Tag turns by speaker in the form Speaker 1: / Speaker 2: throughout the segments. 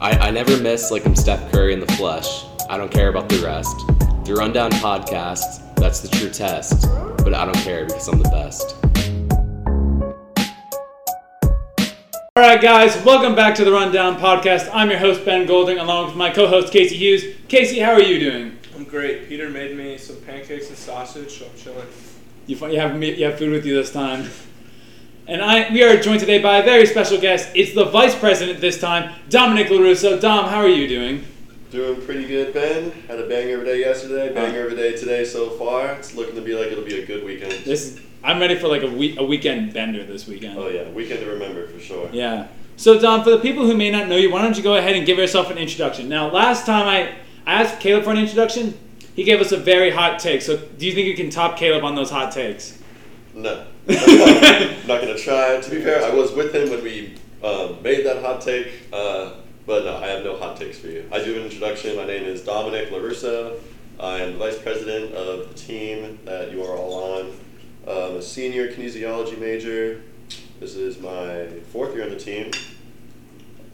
Speaker 1: I never miss like I'm Steph Curry in the flesh. I don't care about the rest. The Rundown Podcast, that's the true test. But I don't care because I'm the best.
Speaker 2: All right, guys, welcome back to the Rundown Podcast. I'm your host, Ben Golding, along with my co host, Casey Hughes. Casey, how are you doing?
Speaker 3: I'm great. Peter made me some pancakes and sausage, so I'm chilling.
Speaker 2: You, fi- you, have, me- you have food with you this time. And I, we are joined today by a very special guest. It's the Vice President this time, Dominic LaRusso. Dom, how are you doing?
Speaker 4: Doing pretty good, Ben. Had a banger of a day yesterday, banger of a day today so far. It's looking to be like it'll be a good weekend.
Speaker 2: This is, I'm ready for like a, week, a weekend bender this weekend.
Speaker 4: Oh yeah, weekend to remember for sure.
Speaker 2: Yeah. So Dom, for the people who may not know you, why don't you go ahead and give yourself an introduction? Now, last time I I asked Caleb for an introduction, he gave us a very hot take. So, do you think you can top Caleb on those hot takes?
Speaker 4: No, I'm not gonna try. To be fair, I was with him when we um, made that hot take, uh, but no, I have no hot takes for you. I do an introduction. My name is Dominic Larusso. I am the vice president of the team that you are all on. Um, a senior kinesiology major. This is my fourth year on the team.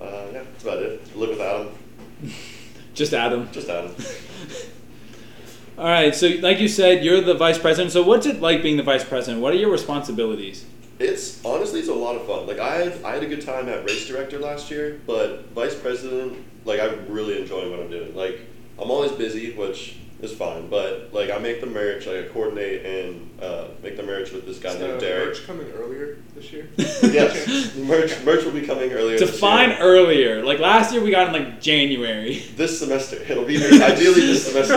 Speaker 4: Uh, yeah, that's about it. Live with Adam.
Speaker 2: Just Adam.
Speaker 4: Just Adam.
Speaker 2: All right. So, like you said, you're the vice president. So, what's it like being the vice president? What are your responsibilities?
Speaker 4: It's honestly it's a lot of fun. Like I had, I had a good time at race director last year, but vice president, like I'm really enjoying what I'm doing. Like I'm always busy, which is fine, but like I make the merch, like I coordinate and uh, make the merch with this guy
Speaker 3: Is the
Speaker 4: named Derek.
Speaker 3: merch coming earlier this year?
Speaker 4: yes, merch merch will be coming earlier. this
Speaker 2: Define
Speaker 4: year.
Speaker 2: earlier. Like last year, we got in like January.
Speaker 4: This semester, it'll be here ideally this semester.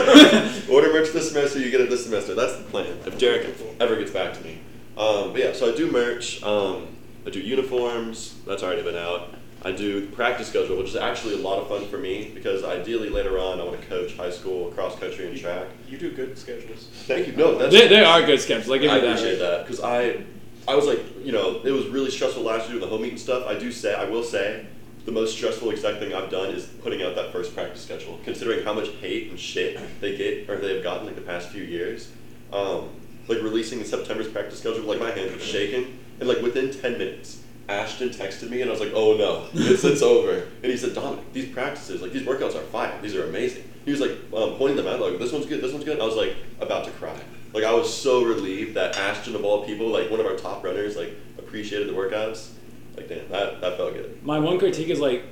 Speaker 4: Order merch this semester, you get it this semester. That's the plan. If Derek ever gets back to me, um, but yeah. So I do merch. Um, I do uniforms. That's already been out. I do practice schedule, which is actually a lot of fun for me because ideally later on I want to coach high school cross country and track.
Speaker 3: You do good schedules.
Speaker 4: Thank you. No, that's
Speaker 2: They, they are good schedules. I give
Speaker 4: I
Speaker 2: you that.
Speaker 4: appreciate that because I, I was like, you know, it was really stressful last year with the home meet and stuff. I do say, I will say, the most stressful exact thing I've done is putting out that first practice schedule, considering how much hate and shit they get or they've gotten like the past few years. Um, like releasing in September's practice schedule, like my hand was shaking, and like within ten minutes. Ashton texted me and I was like, "Oh no, it's it's over." And he said, "Dominic, these practices, like these workouts are fire. These are amazing." He was like um, pointing them out, like, "This one's good. This one's good." I was like about to cry. Like I was so relieved that Ashton of all people, like one of our top runners, like appreciated the workouts. Like damn, that, that felt good.
Speaker 2: My one critique is like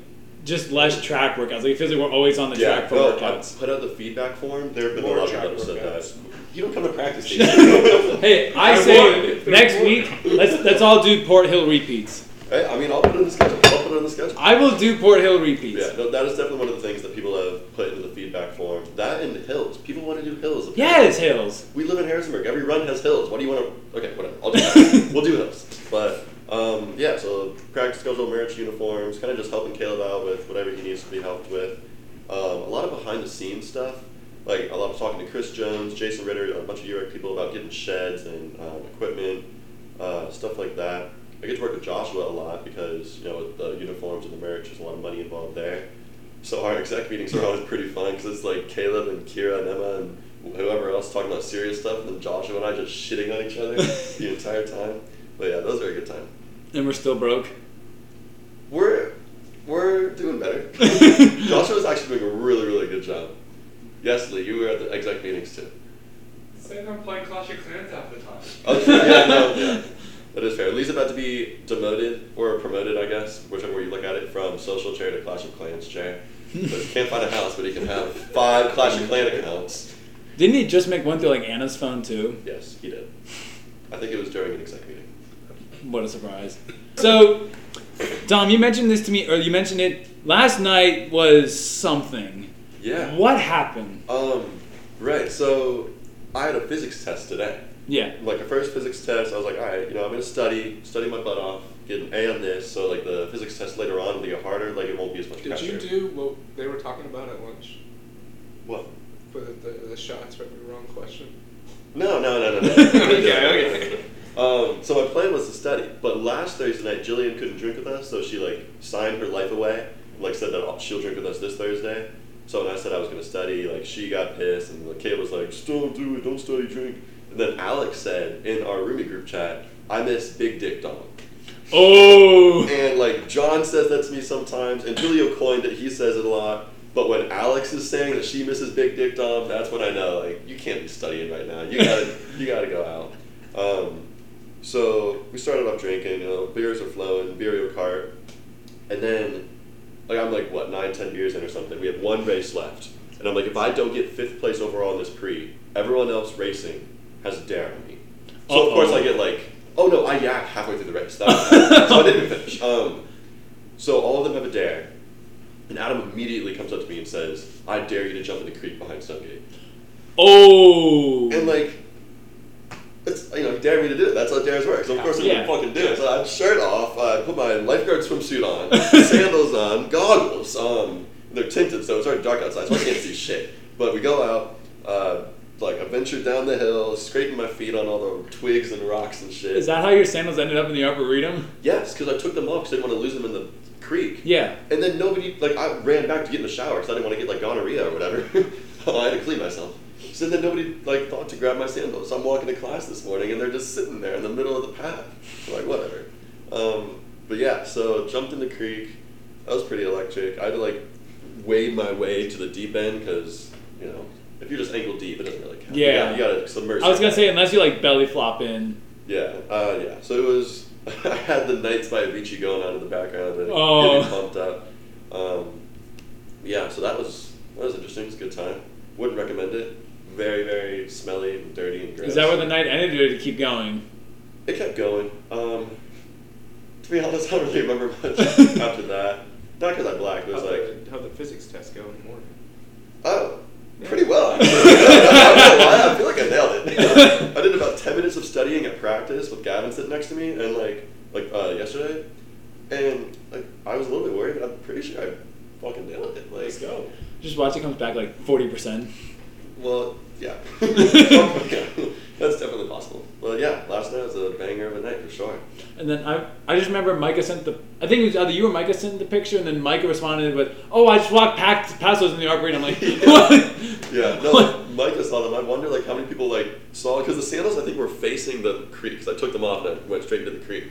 Speaker 2: just less track workouts. Like it feels like we're always on the track for
Speaker 4: no,
Speaker 2: workouts.
Speaker 4: I put out the feedback form. There have been
Speaker 3: More
Speaker 4: a lot of
Speaker 3: track
Speaker 4: people that have
Speaker 3: workouts.
Speaker 4: said that. You don't come to practice. Jason.
Speaker 2: Hey, I,
Speaker 3: I won.
Speaker 2: say
Speaker 3: If they're
Speaker 2: next
Speaker 3: poor.
Speaker 2: week let's let's all do Port Hill repeats.
Speaker 4: Hey, I mean, I'll put it on the schedule. I'll put it on the schedule.
Speaker 2: I will do Port Hill repeats.
Speaker 4: Yeah, no, that is definitely one of the things that people have put into the feedback form. That and hills. People want to do hills. apparently.
Speaker 2: Yes, Hills.
Speaker 4: We live in Harrisonburg. Every run has hills. What do you want to? Okay, whatever. I'll do that. we'll do hills. But um, yeah, so practice schedule, merch, uniforms, kind of just helping Caleb out with whatever he needs to be helped with. Um, a lot of behind the scenes stuff, like a lot of talking to Chris Jones, Jason Ritter, a bunch of UREC people about getting sheds and um, equipment, uh, stuff like that. I get to work with Joshua a lot because you know with the uniforms and the merch, there's a lot of money involved there. So our exec meetings are always pretty fun because it's like Caleb and Kira and Emma and whoever else talking about serious stuff, and then Joshua and I just shitting on each other the entire time. But yeah, those are a good time.
Speaker 2: And we're still broke.
Speaker 4: We're we're doing better. Joshua's actually doing a really really good job. Yes, Lee, you were at the exec meetings too.
Speaker 3: Say I'm playing Clash of Clans half the time.
Speaker 4: Okay, Oh, yeah, no, yeah. That is fair. Lee's about to be demoted or promoted, I guess, whichever way you look at it, from social chair to Clash of Clans chair. But he can't find a house, but he can have five Clash of Clan accounts.
Speaker 2: Didn't he just make one through like Anna's phone too?
Speaker 4: Yes, he did. I think it was during an exec meeting.
Speaker 2: What a surprise. So, Dom, you mentioned this to me, or you mentioned it last night was something.
Speaker 4: Yeah.
Speaker 2: What happened?
Speaker 4: Um, right. So I had a physics test today.
Speaker 2: Yeah.
Speaker 4: Like a first physics test, I was like, all right, you know, I'm gonna study, study my butt off, get an A on this. So like the physics test later on will get harder. Like it won't be as much
Speaker 3: Did
Speaker 4: pressure.
Speaker 3: you do what they were talking about at lunch?
Speaker 4: what?
Speaker 3: For the, the, the shots for the wrong question?
Speaker 4: No, no, no, no, no.
Speaker 3: okay, okay.
Speaker 4: Um, so my plan was to study, but last Thursday night Jillian couldn't drink with us, so she like signed her life away, and, like said that she'll drink with us this Thursday. So when I said I was gonna study, like she got pissed, and like Kate was like, "Just don't do it, don't study, drink." And then Alex said in our roomie group chat, "I miss Big Dick Dong,"
Speaker 2: Oh.
Speaker 4: and like like John says that to me sometimes, and Julio coined it. He says it a lot. But when Alex is saying that she misses Big Dick Dom, that's when I know like you can't be studying right now. You gotta you gotta go out. Um, so we started off drinking. You know, beers are flowing, beer cart, and then like I'm like what nine ten beers in or something. We have one race left, and I'm like if I don't get fifth place overall in this pre, everyone else racing has a dare on me. So of course
Speaker 2: Uh-oh.
Speaker 4: I get like oh no I yacked halfway through the race. That was- so I didn't even finish. Um, so all of them have a dare, and Adam immediately comes up to me and says, "I dare you to jump in the creek behind Stonegate."
Speaker 2: Oh.
Speaker 4: And like, it's you know, he dared me to do it. That's how dares work. So of course I'm
Speaker 2: Yeah.
Speaker 4: gonna fucking do it. So I had shirt off, I put my lifeguard swimsuit on, sandals on, goggles. Um, they're tinted, so it's already dark outside, so I can't see shit. But we go out. Uh, like I ventured down the hill, scraping my feet on all the twigs and rocks and shit.
Speaker 2: Is that how your sandals ended up in the arboretum?
Speaker 4: yes, because I took them off because I didn't want to lose them in the creek.
Speaker 2: Yeah.
Speaker 4: And then nobody, like, I ran back to get in the shower because I didn't want to get, like, gonorrhea or whatever. Oh, I had to clean myself. So then nobody, like, thought to grab my sandals. I'm walking to class this morning and they're just sitting there in the middle of the path. I'm like, whatever. Um, but yeah, so jumped in the creek. That was pretty electric. I had to, like, wade my way to the deep end because, you know, if you're just ankle deep, it doesn't really count. You
Speaker 2: Yeah.
Speaker 4: gotta- You gotta, submerge.
Speaker 2: I was
Speaker 4: your
Speaker 2: gonna say
Speaker 4: head.
Speaker 2: unless you like belly flop in.
Speaker 4: Yeah, uh, yeah. So it was. I had the Knights by Avicii going on in the background and
Speaker 2: Oh.
Speaker 4: getting pumped up. Um, yeah, so that was that was interesting. It was a good time. Wouldn't recommend it. Very very smelly and dirty and gross.
Speaker 2: Is that where the night ended, or did it keep going?
Speaker 4: It kept going. Um, to be honest, I don't really remember much after that. Not because I blacked. It was
Speaker 3: How'd
Speaker 4: like
Speaker 3: the, how'd the physics test go in the morning?
Speaker 4: oh. Pretty well. actually. I don't know why, I feel like I nailed it. I did about ten minutes of studying at practice with Gavin sitting next to me, and like like uh, yesterday, and like I was a little bit worried, but I'm pretty sure I fucking nailed it. Like,
Speaker 3: Let's go.
Speaker 2: Just watch it comes back like forty percent.
Speaker 4: Well, yeah. Okay. That's definitely possible. Well, yeah. Last night was a banger of a night for sure.
Speaker 2: And then I, I just remember Micah sent the. I think it was either you or Micah sent the picture, and then Micah responded with, "Oh, I just walked past, past those in the arboretum." I'm like,
Speaker 4: Yeah.
Speaker 2: what?
Speaker 4: Yeah, no,
Speaker 2: What?
Speaker 4: Micah saw them. I wonder like how many people like saw because the sandals I think were facing the creek. 'cause I took them off and I went straight into the creek.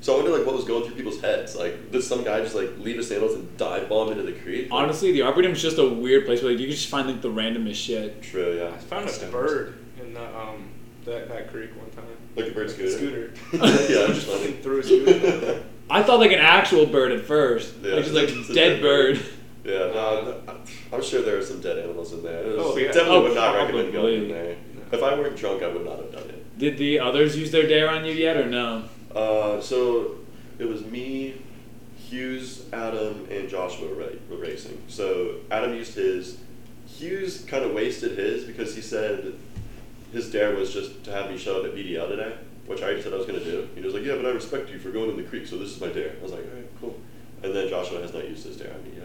Speaker 4: So I wonder like what was going through people's heads. Like did some guy just like leave his sandals and dive bomb into the creek? Like,
Speaker 2: Honestly, the arboretum's just a weird place where like, you can just find like the randomest shit.
Speaker 4: true.
Speaker 3: I
Speaker 4: Yeah,
Speaker 3: found a
Speaker 4: Sandals.
Speaker 3: bird in the, um, that, that creek one time.
Speaker 4: Like a bird
Speaker 3: Like a
Speaker 4: scooter.
Speaker 3: yeah,
Speaker 4: yeah,
Speaker 3: just
Speaker 4: just
Speaker 3: fucking
Speaker 4: funny.
Speaker 3: threw a scooter.
Speaker 2: I thought like an actual bird at first,
Speaker 4: Yeah.
Speaker 2: like just like
Speaker 4: It's
Speaker 2: dead
Speaker 4: a dead
Speaker 2: bird.
Speaker 4: bird. yeah, no, I'm sure there are some dead animals in there. It was-
Speaker 3: Oh, yeah.
Speaker 4: Definitely
Speaker 2: Oh,
Speaker 4: would not recommend going in
Speaker 2: probably.
Speaker 4: there. If I weren't drunk, I would not have done it.
Speaker 2: Did the others use their dare on you yet, or no?
Speaker 4: Uh, so it was me, Hughes, Adam, and Joshua were, ra- were racing. So Adam used his. Hughes kind of wasted his because he said his dare was just to have me show up at BDL today, which I already said I was going to do. He was like, Yeah, but I respect you for going in the creek, so this is my dare. I was like, All right, cool. And then Joshua has not used his dare on me yet.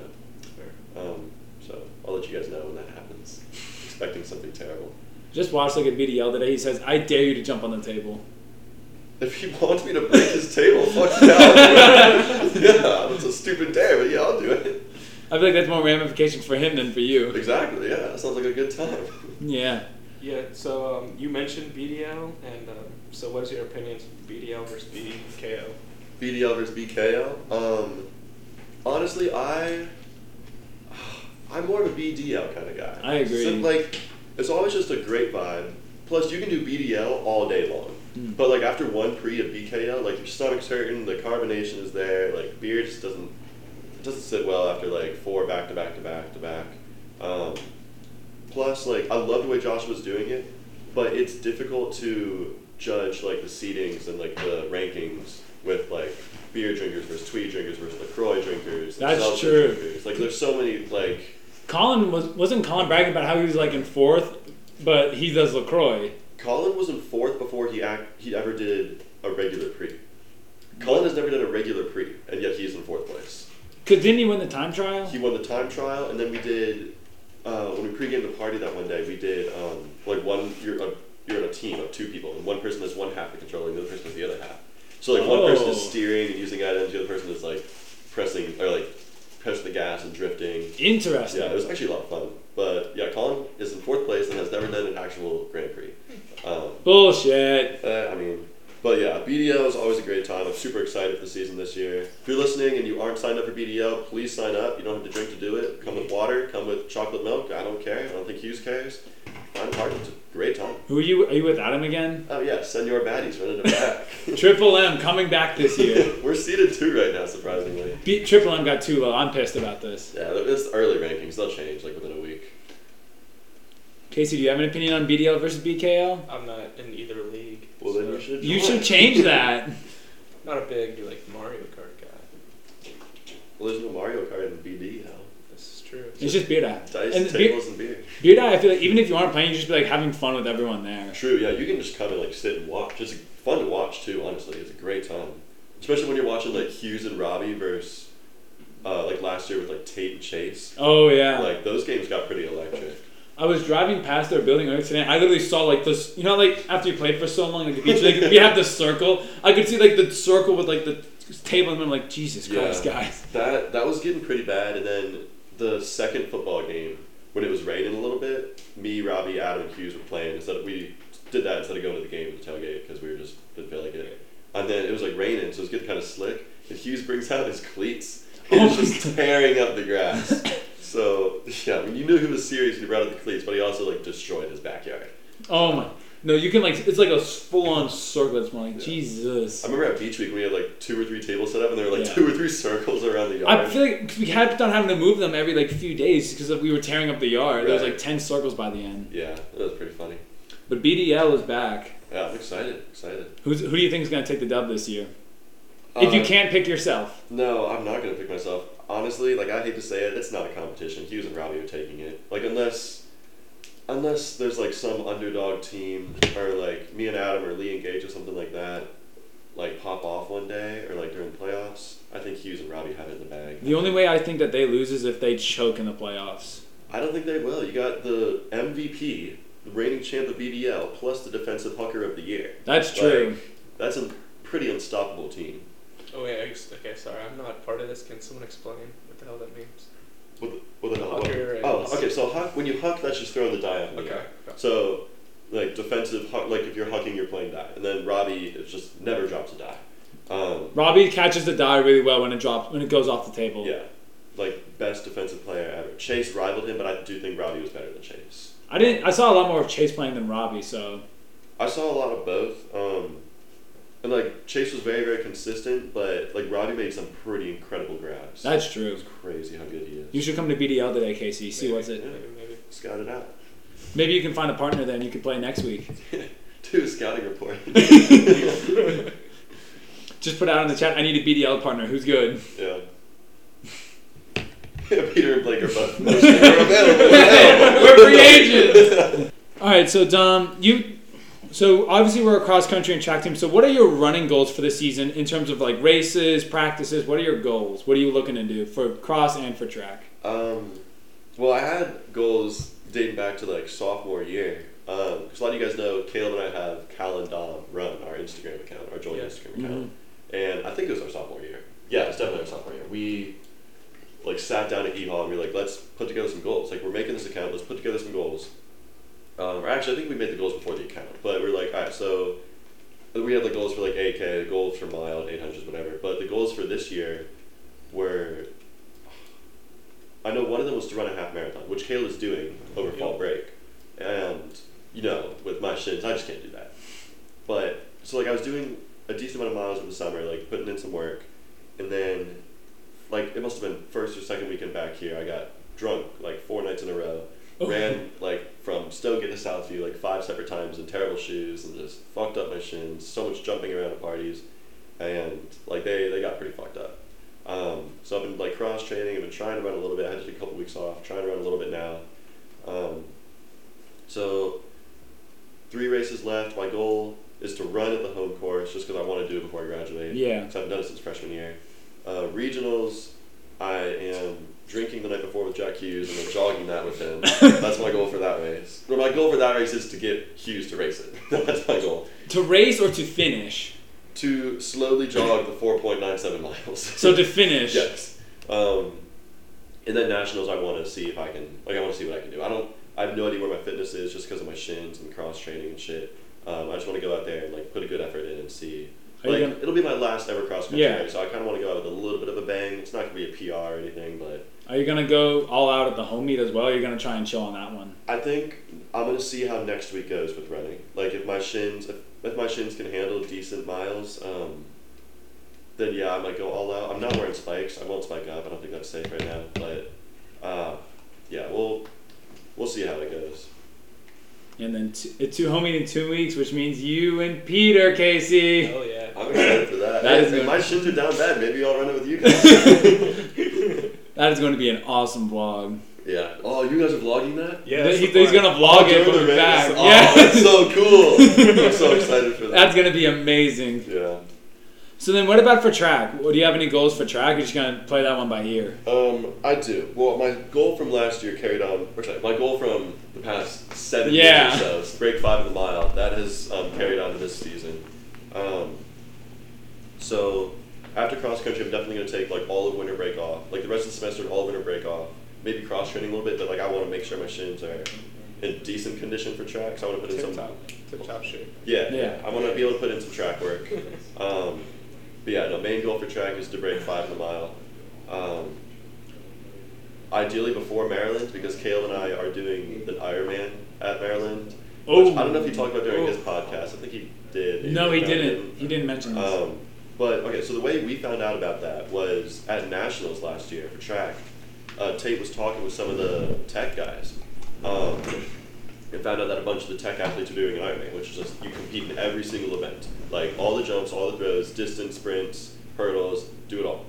Speaker 4: Um, so I'll let you guys know when that happens. Expecting something terrible.
Speaker 2: Just watched like a BDL today. He says, "I dare you to jump on the table."
Speaker 4: If he wants me to break his table, fuck yeah, I'll do it. yeah, that's a stupid dare, but yeah, I'll do it.
Speaker 2: I feel like that's more ramifications for him than for you.
Speaker 4: Exactly, yeah, that sounds like a good time.
Speaker 2: Yeah.
Speaker 3: Yeah, so um, you mentioned BDL, and um, so what is your opinion of BDL versus BDKO?
Speaker 4: BDL versus BKL. Um, honestly, I I'm more of a BDL kind of guy.
Speaker 2: I agree.
Speaker 4: So, like, it's always just a great vibe. Plus, you can do BDL all day long.
Speaker 2: Mm.
Speaker 4: But like after one pre of BKL, like your stomach's hurting, the carbonation is there, like beer just doesn't it doesn't sit well after like four back to back to back to back. Um, plus, like I love the way Josh was doing it, but it's difficult to judge like the seedings and like the rankings with like beer drinkers versus tweed drinkers versus Lacroix drinkers. and
Speaker 2: That's
Speaker 4: seltzer
Speaker 2: true.
Speaker 4: drinkers. Like there's so many like
Speaker 2: Colin was wasn't Colin bragging about how he was like in fourth, but he does Lacroix.
Speaker 4: Colin was in fourth before he act, he ever did a regular pre. Colin has never done a regular pre, and yet he's in fourth place.
Speaker 2: Cause didn't he win the time trial?
Speaker 4: He won the time trial, and then we did uh, when we pre-gamed the party that one day. We did um, like one you're a, you're in a team of two people, and one person has one half of the controller, and the other person has the other half. So like one person is
Speaker 2: Oh.
Speaker 4: steering and using items, the other person is like pressing or like pressing the gas and drifting.
Speaker 2: Interesting.
Speaker 4: Yeah, it was actually a lot of fun. But yeah, Colin is in fourth place and has never done an actual Grand Prix. Um,
Speaker 2: Bullshit.
Speaker 4: uh, I mean, But yeah, BDL is always a great time. I'm super excited for the season this year. If you're listening and you aren't signed up for BDL, please sign up. You don't have to drink to do it. Come with water. Come with chocolate milk. I don't care. I don't think Hughes cares. Find a partner. It's a great time.
Speaker 2: Who are you? Are you without him again?
Speaker 4: Oh yeah, Senor Baddies running it back.
Speaker 2: Triple M coming back this year.
Speaker 4: We're seated two right now, surprisingly.
Speaker 2: Be- Triple M got too low. I'm pissed about this.
Speaker 4: Yeah, it's early rankings. They'll change like within a week.
Speaker 2: Casey, do you have an opinion on BDL versus BKL?
Speaker 3: I'm not in either league.
Speaker 4: Well, then you
Speaker 3: so-
Speaker 4: should.
Speaker 2: You
Speaker 4: join.
Speaker 2: should change that.
Speaker 3: Not a big like Mario Kart guy.
Speaker 4: Well, there's no Mario Kart in BD now.
Speaker 3: This is true.
Speaker 2: It's just Beard Eye.
Speaker 4: Dice,
Speaker 2: And the beer-
Speaker 4: tables, and beer.
Speaker 2: Beard Eye, I feel like even if you aren't playing, you just be like having fun with everyone there.
Speaker 4: True. Yeah, you can just come and like sit and watch. It's fun to watch too. Honestly, it's a great time, especially when you're watching like Hughes and Robbie versus uh, like last year with like Tate and Chase.
Speaker 2: Oh yeah.
Speaker 4: Like those games got pretty electric.
Speaker 2: I was driving past their building earlier today. and I literally saw like this. You know, like after you played for so long, like the beach, like we have the circle. I could see like the circle with like the table, and I'm like, Jesus
Speaker 4: Yeah.
Speaker 2: Christ, guys.
Speaker 4: That that was getting pretty bad, and then the second football game when it was raining a little bit, me, Robbie, Adam, and Hughes were playing. Instead, we did that instead of going to the game at the tailgate because we were just didn't feel like it. And then it was like raining, so it was getting kind of slick. And Hughes brings out his cleats and
Speaker 2: Oh
Speaker 4: is just tearing up the grass. so yeah, I mean, you knew he was serious. when He brought out the cleats, but he also like destroyed his backyard.
Speaker 2: Oh my. No, you can like it's like a full on circle. It's more like
Speaker 4: Yeah.
Speaker 2: Jesus.
Speaker 4: I remember at beach week we had like two or three tables set up, and there were like
Speaker 2: Yeah.
Speaker 4: two or three circles around the yard.
Speaker 2: I feel like 'cause we kept on having to move them every like few days because we were tearing up the yard. There was
Speaker 4: Right.
Speaker 2: like ten circles by the end.
Speaker 4: yeah, that was pretty funny.
Speaker 2: But BDL is back.
Speaker 4: Yeah, I'm excited. Excited.
Speaker 2: Who's, who do you think is going to take the dub this year? if you
Speaker 4: Uh,
Speaker 2: can't pick yourself,
Speaker 4: No, I'm not gonna pick myself. Honestly, like I hate to say it, it's not a competition. Hughes and Robbie are taking it. Like unless, unless there's like some underdog team or like me and Adam or Lee engage or something like that, like pop off one day or like during playoffs. I think Hughes and Robbie have it in the bag.
Speaker 2: the only way I think that they lose is if they choke in the playoffs.
Speaker 4: I don't think they will. You got the MVP, the reigning champ of BDL, plus the defensive hooker of the year.
Speaker 2: That's true.
Speaker 4: That's a pretty unstoppable team.
Speaker 3: Oh wait, I just, okay, sorry, I'm not part of this. Can someone explain what the hell that means?
Speaker 4: What the, what the hell?
Speaker 3: Hooker and-
Speaker 4: oh, okay. So huck, when you huck, that's just throwing the die up. in the
Speaker 3: Okay.
Speaker 4: air. So, like defensive, hu- like if you're hucking, you're playing die, and then Robbie is just never drops a die. Um,
Speaker 2: Robbie catches the die really well when it drops when it goes off the table.
Speaker 4: yeah, like best defensive player ever. Chase rivaled him, but I do think Robbie was better than Chase.
Speaker 2: I didn't. I saw a lot more of Chase playing than Robbie, so
Speaker 4: I saw a lot of both, um, and like Chase was very, very consistent, but like Robbie made some pretty incredible grabs.
Speaker 2: that's true.
Speaker 4: it's crazy how good he is.
Speaker 2: You should come to BDL today, Casey. See what's it.
Speaker 3: Maybe, maybe.
Speaker 4: Scout it out.
Speaker 2: Maybe you can find a partner then. You can play next week.
Speaker 4: Do a scouting report.
Speaker 2: Just put out in the chat. I need a BDL partner. Who's good?
Speaker 4: yeah. Peter and Blake are both. We're available now.
Speaker 2: We're free agents. All right, so Dom, you. So obviously we're a cross country and track team. So what are your running goals for the season in terms of like races, practices? What are your goals? What are you looking to do for cross and for track?
Speaker 4: Um, well, I had goals dating back to like sophomore year. Because a lot of you guys know Caleb and I have Cal and Dom run our Instagram account, our joint
Speaker 3: Yeah.
Speaker 4: Instagram account. And I think it was our sophomore year. Yeah, it was definitely our sophomore year. We like sat down at E-Hall and we were like, let's put together some goals. Like, we're making this account, let's put together some goals. Um, or actually, I think we made the goals before the account. But we were like, all right, so we had the goals for like 8K, the goals for mile, and 800s, whatever. But the goals for this year were I know one of them was to run a half marathon, which Kayla's doing over fall break. And, you know, with my shins, I just can't do that. But, so like I was doing a decent amount of miles in the summer, like putting in some work. And then, like, it must have been first or second weekend back here, I got drunk like four nights in a row. Ran like from Stoke to Southview like five separate times in terrible shoes and just fucked up my shins. So much jumping around at parties, and like they, they got pretty fucked up. Um, so I've been like cross training. I've been trying to run a little bit. I had to take a couple weeks off. Trying to run a little bit now. Um, so three races left. My goal is to run at the home course just because I want to do it before I graduate.
Speaker 2: Yeah.
Speaker 4: So I've done it since freshman year. Uh, regionals, I am drinking the night before with Jack Hughes and then jogging that with him. That's my goal for that race. Well, my goal for that race is to get Hughes to race it. That's my goal.
Speaker 2: To race or to finish?
Speaker 4: To slowly jog the 4.97 miles.
Speaker 2: So to finish.
Speaker 4: Yes. Um, and then nationals, I want to see if I can, like, I want to see what I can do. I don't, I have no idea where my fitness is just because of my shins and cross training and shit. Um, I just want to go out there and like put a good effort in and see.
Speaker 2: Are you
Speaker 4: Like
Speaker 2: gonna-
Speaker 4: it'll be my last ever cross country,
Speaker 2: Yeah.
Speaker 4: race, so I kind of want to go out with a little bit of a bang. It's not gonna be a PR or anything, but
Speaker 2: Are you gonna go all out at the home meet as well? Or you're gonna try and chill on that one.
Speaker 4: I think I'm gonna see how next week goes with running. Like if my shins, if, if my shins can handle decent miles, um, then yeah, I might go all out. I'm not wearing spikes. I won't spike up. I don't think that's safe right now. But uh, yeah, we'll we'll see how it goes.
Speaker 2: And then t- a two home meet in two weeks, which means you and Peter Casey.
Speaker 3: Oh yeah.
Speaker 4: I'm excited for that.
Speaker 2: That is
Speaker 4: if
Speaker 2: good.
Speaker 4: my shins are down bad, maybe I'll run it with you guys.
Speaker 2: That is going to be an awesome vlog.
Speaker 4: yeah. Oh, you guys are vlogging that?
Speaker 3: Yeah.
Speaker 2: He-
Speaker 3: that's the
Speaker 2: he's
Speaker 3: plan.
Speaker 2: going to vlog it
Speaker 4: During
Speaker 2: from
Speaker 4: the
Speaker 2: the
Speaker 4: race.
Speaker 2: back.
Speaker 4: Oh,
Speaker 2: yeah,
Speaker 4: that's so cool. I'm so excited for that.
Speaker 2: that's going to be amazing.
Speaker 4: Yeah.
Speaker 2: So then, what about for track? What- Do you have any goals for track? You're just going to play that one by ear.
Speaker 4: Um, I do. Well, my goal from last year carried on. Or sorry, my goal from the past seven
Speaker 2: Yeah.
Speaker 4: years or so, is break five of the mile. That has um, carried on to this season. Um, so after cross country, I'm definitely going to take like all of winter break off, like the rest of the semester and all of winter break off. Maybe cross training a little bit, but like I want to make sure my shins are in decent condition for track. So I want to put in
Speaker 3: Tip
Speaker 4: some.
Speaker 3: top, tip top shape.
Speaker 4: Yeah,
Speaker 2: Yeah.
Speaker 4: I want to be able to put in some track work. Um, but yeah, no, main goal for track is to break five in the mile. Um, ideally before Maryland, because Caleb and I are doing an Ironman at Maryland.
Speaker 2: Oh.
Speaker 4: Which I don't know if he talked about during
Speaker 3: Oh.
Speaker 4: his podcast. I think he did. maybe,
Speaker 2: No, he
Speaker 4: but I
Speaker 2: didn't. He didn't mention this.
Speaker 4: um, but okay, so the way we found out about that was at nationals last year for track. Uh, Tate was talking with some of the tech guys, um, and found out that a bunch of the tech athletes are doing Ironman, which is just you compete in every single event, like all the jumps, all the throws, distance sprints, hurdles, do it all.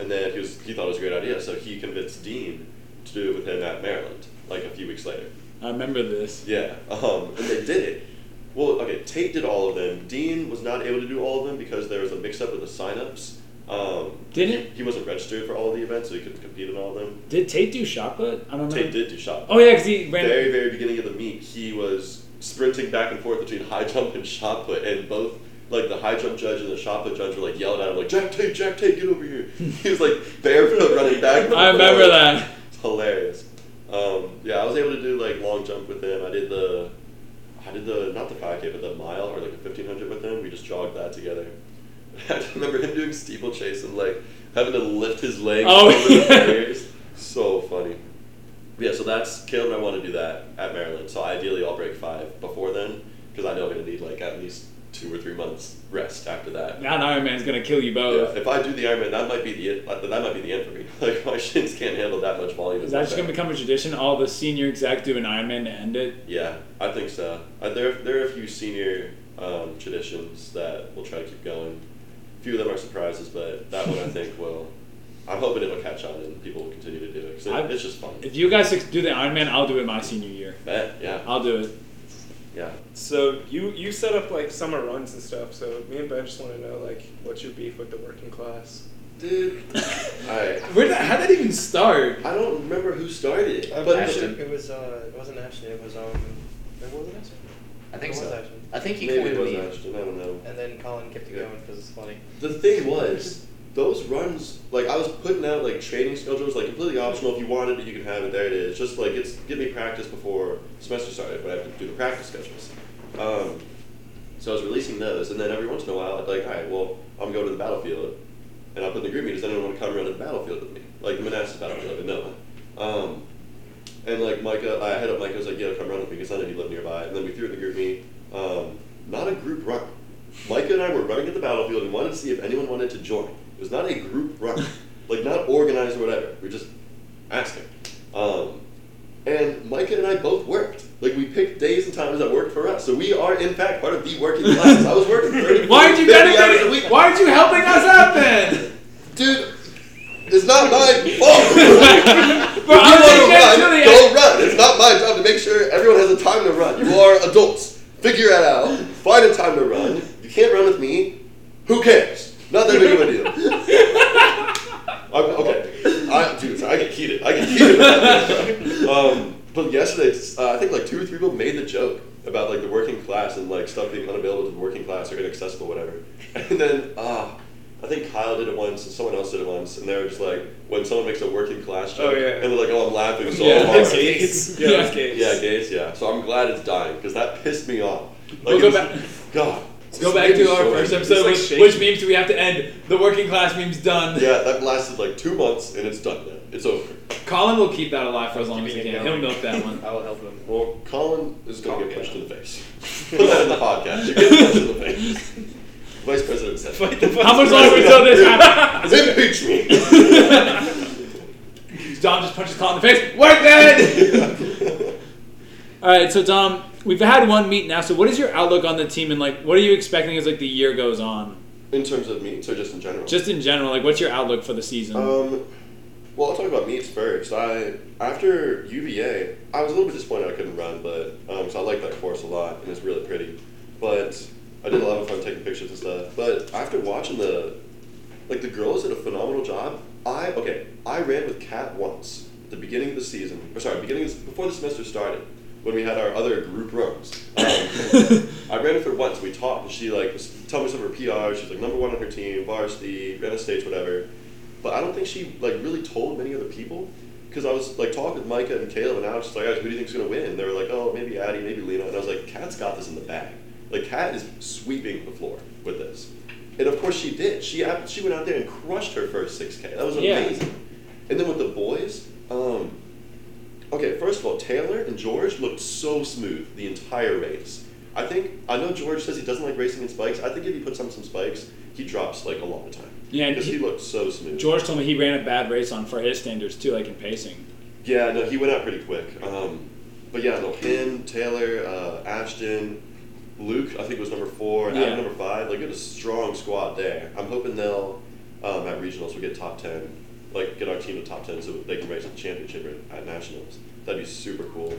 Speaker 4: And then he was he thought it was a great idea, so he convinced Dean to do it with him at Maryland, like a few weeks later.
Speaker 2: I remember this.
Speaker 4: Yeah, um, and they did it. Well, okay, Tate did all of them. Dean was not able to do all of them because there was a mix-up with the sign-ups. Um,
Speaker 2: Did it?
Speaker 4: He wasn't registered for all the events, so he couldn't compete in all of them.
Speaker 2: Did Tate do shot put? I don't know.
Speaker 4: Tate did do shot.
Speaker 2: Oh, yeah, because he ran.
Speaker 4: Very, very beginning of the meet, he was sprinting back and forth between high jump and shot put, and both like the high jump judge and the shot put judge were like yelling at him like Jack Tate, Jack Tate, get over here. he was like barefoot running back. and
Speaker 2: I remember
Speaker 4: forth.
Speaker 2: that.
Speaker 4: It's hilarious. Um, yeah, I was able to do like long jump with him. I did the, I did the not the 5K but the mile or like the 1500 with him. We just jogged that together. I just remember him doing steeplechase and like having to lift his legs
Speaker 2: Oh,
Speaker 4: over the
Speaker 2: yeah.
Speaker 4: barriers. So funny. Yeah, so that's Caleb and I want to do that at Maryland. So ideally, I'll break five before then because I know I'm gonna need like at least two or three months rest after that.
Speaker 2: That Iron Man's going to kill you both.
Speaker 4: Yeah, if I do the Ironman, that might be the end, that might be the end for me. Like my shins can't handle that much volume.
Speaker 2: Is
Speaker 4: in my
Speaker 2: that just going to
Speaker 4: back.
Speaker 2: become a tradition? All the senior exec do an Iron Man to end it?
Speaker 4: Yeah, I think so. Uh, there, there are a few senior um, traditions that we'll try to keep going. A few of them are surprises, but that one I think will. I'm hoping it'll catch on and people will continue to do it because
Speaker 2: I-
Speaker 4: it, it's just fun.
Speaker 2: If you Uh, guys do the Iron Man, I'll do it my senior year.
Speaker 4: Bet, yeah,
Speaker 2: I'll do it.
Speaker 4: yeah.
Speaker 3: So you you set up like summer runs and stuff. So me and Ben just want to know like what's your beef with the working class?
Speaker 4: Dude, alright.
Speaker 2: Where did, how did it even start?
Speaker 4: I don't remember who started it,
Speaker 5: Uh,
Speaker 4: but
Speaker 5: Ashton-
Speaker 4: it
Speaker 5: it was uh, it wasn't Ashton. It was um, it was Ashton.
Speaker 6: I think
Speaker 5: It was
Speaker 6: so.
Speaker 5: Ashton.
Speaker 6: I think he
Speaker 4: maybe it
Speaker 6: coined
Speaker 4: was
Speaker 6: me.
Speaker 4: Ashton. I don't know.
Speaker 5: And then Colin kept it
Speaker 4: Yeah.
Speaker 5: going because it's funny.
Speaker 4: The thing was, those runs, like I was putting out like training schedules, like completely optional. If you wanted it, you can have it. There it is. Just like it's give me practice before semester started, but I have to do the practice schedules. Um, so I was releasing those, and then every once in a while, I'd like, all right, well, I'm going to the battlefield, and I put in the group me. Does anyone want to come run to the battlefield with me? Like the Manassas battlefield, no. Um, and like Micah, I hit up Micah. I was like, "Yo, come run with me because I know you live nearby." And then we threw it in the group meet. Um, not a group run. Micah and I were running at the battlefield and wanted to see if anyone wanted to join. It was not a group run, like not organized or whatever. We just asking. Um, and Micah and I both worked. Like we picked days and times that worked for us. So we are in fact part of the working class. I was working 30,
Speaker 2: Why aren't you
Speaker 4: 50 hours a
Speaker 2: benefiting?
Speaker 4: week.
Speaker 2: Why aren't you helping us out then?
Speaker 4: Dude, it's not my fault.
Speaker 2: Bro,
Speaker 4: if
Speaker 2: I'm gonna
Speaker 4: you want to run,
Speaker 2: get to
Speaker 4: go run. It's not my job to make sure everyone has a time to run. You are adults. Figure it out. Find a time to run. You can't run with me. Who cares? Not that big of a deal. I'm- okay. I, dude, I get heated. I get heated. about this. um, but yesterday, uh, I think like two or three people made the joke about like the working class and like stuff being unavailable to the working class or inaccessible, whatever. And then, ah. I think Kyle did it once and someone else did it once, and they were just like, when someone makes a working class joke,
Speaker 3: Oh, yeah.
Speaker 4: and they're like, oh, I'm laughing so
Speaker 2: Yeah.
Speaker 4: hard.
Speaker 2: Gates.
Speaker 3: Yeah,
Speaker 2: Yeah.
Speaker 3: that's Gates.
Speaker 4: Yeah, Gates, yeah. So I'm glad it's dying because that pissed me off. Like,
Speaker 2: We'll
Speaker 4: it
Speaker 2: go
Speaker 4: was-
Speaker 2: back-
Speaker 4: God.
Speaker 2: Go back to our
Speaker 4: So-
Speaker 2: first
Speaker 3: It's
Speaker 2: episode.
Speaker 3: like
Speaker 2: which,
Speaker 3: shaking.
Speaker 2: which memes do we have to end? The working class meme's done.
Speaker 4: Yeah, that lasted like two months and it's done now. It's over.
Speaker 2: Colin will keep that alive for as long as he
Speaker 5: Keeping
Speaker 2: can.
Speaker 5: it
Speaker 2: He'll
Speaker 5: going.
Speaker 2: milk that one.
Speaker 5: I will help him.
Speaker 4: Well, Colin is going to
Speaker 5: Colin,
Speaker 4: get punched
Speaker 5: yeah.
Speaker 4: in the face. Put that in the podcast. You get punched in the face. Vice President said,
Speaker 5: Fight the
Speaker 2: How much longer until this happens?
Speaker 4: Impeach me!
Speaker 2: Dom just punches Colin in the face. We're good. All right, so Dom, we've had one meet now. So, what is your outlook on the team, and like, what are you expecting as like the year goes on?
Speaker 4: in terms of meats or just in general?
Speaker 2: Just in general, like, what's your outlook for the season?
Speaker 4: Um, well, I'll talk about meats first. I after UVA, I was a little bit disappointed I couldn't run, but um, so I like that course a lot and it's really pretty. But I did a lot of fun taking pictures and stuff. But after watching the, like the girls did a phenomenal job. I okay, I ran with Kat once at the beginning of the season, or sorry, beginning of, before the semester started when we had our other group runs. Um, I ran with her once. We talked, and she like was telling me some of her PRs. She was like number one on her team, varsity, ran a stage, whatever but I don't think she like really told many other people because I was like talking with Micah and Caleb and I was just like, guys, who do you think's gonna win? And they were like, oh, maybe Addie, maybe Lena, and I was like, Kat's got this in the bag. Like Kat is sweeping the floor with this, and of course she did. She ab- she went out there and crushed her first six k. That was
Speaker 2: Yeah.
Speaker 4: amazing. And then with the boys, um, okay, first of all, Taylor and George looked so smooth the entire race. I think I know George says he doesn't like racing in spikes. I think if he puts on some spikes, he drops like a long time.
Speaker 2: Yeah, and
Speaker 4: because he,
Speaker 2: he-
Speaker 4: looked so smooth.
Speaker 2: George told me he ran a bad race on for his standards too, like in pacing.
Speaker 4: Yeah, no, he went out pretty quick. Um, but yeah, no, him, Taylor, uh, Ashton, Luke, I think was number four, and
Speaker 2: Yeah.
Speaker 4: Adam number five. Like, it was a strong squad there. I'm hoping they'll um, at regionals we get top ten, like get our team to top ten so they can race the championship at nationals. That'd be super cool.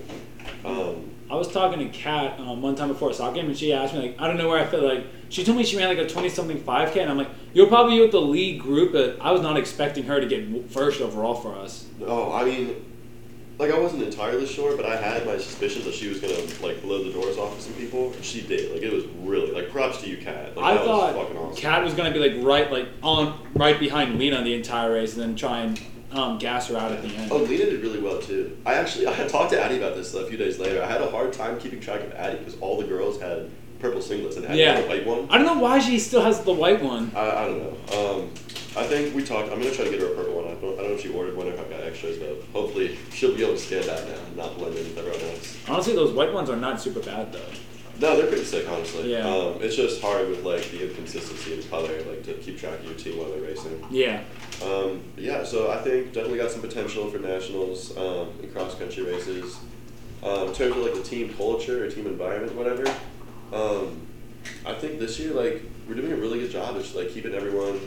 Speaker 4: Um,
Speaker 2: I was talking to Kat um, one time before a soccer game, and she asked me like, I don't know where I feel like. She told me she ran like a twenty something five k, and I'm like, you're probably with the lead group, but I was not expecting her to get w- first overall for us.
Speaker 4: no, oh, I mean, like I wasn't entirely sure, but I had my suspicions that she was gonna like blow the doors off of some people. and She did. Like it was really like props to you, Kat. Like,
Speaker 2: I
Speaker 4: that was
Speaker 2: thought
Speaker 4: fucking awesome.
Speaker 2: Kat was gonna be like right like on right behind Lena the entire race, and then try and um, gas her out at the end.
Speaker 4: Oh, Lena did really well too. I actually I had talked to Addie about this a few days later. I had a hard time keeping track of Addie because all the girls had purple singlets and Addie
Speaker 2: Yeah.
Speaker 4: had a white one.
Speaker 2: I don't know why she still has the white one.
Speaker 4: I, I don't know. Um, I think we talked. I'm gonna try to get her a purple one. I don't, I don't know if she ordered one or if I got extras, but hopefully she'll be able to stand out now and not blend in with everyone else.
Speaker 2: Honestly, those white ones are not super bad though.
Speaker 4: No, they're pretty sick, honestly.
Speaker 2: Yeah.
Speaker 4: Um, it's just hard with like the inconsistency in color, like to keep track of your team while they're racing.
Speaker 2: Yeah.
Speaker 4: Um, yeah, so I think definitely got some potential for nationals um, in cross country races. Um, in terms of like the team culture or team environment, whatever, um, I think this year like we're doing a really good job of just, like keeping everyone,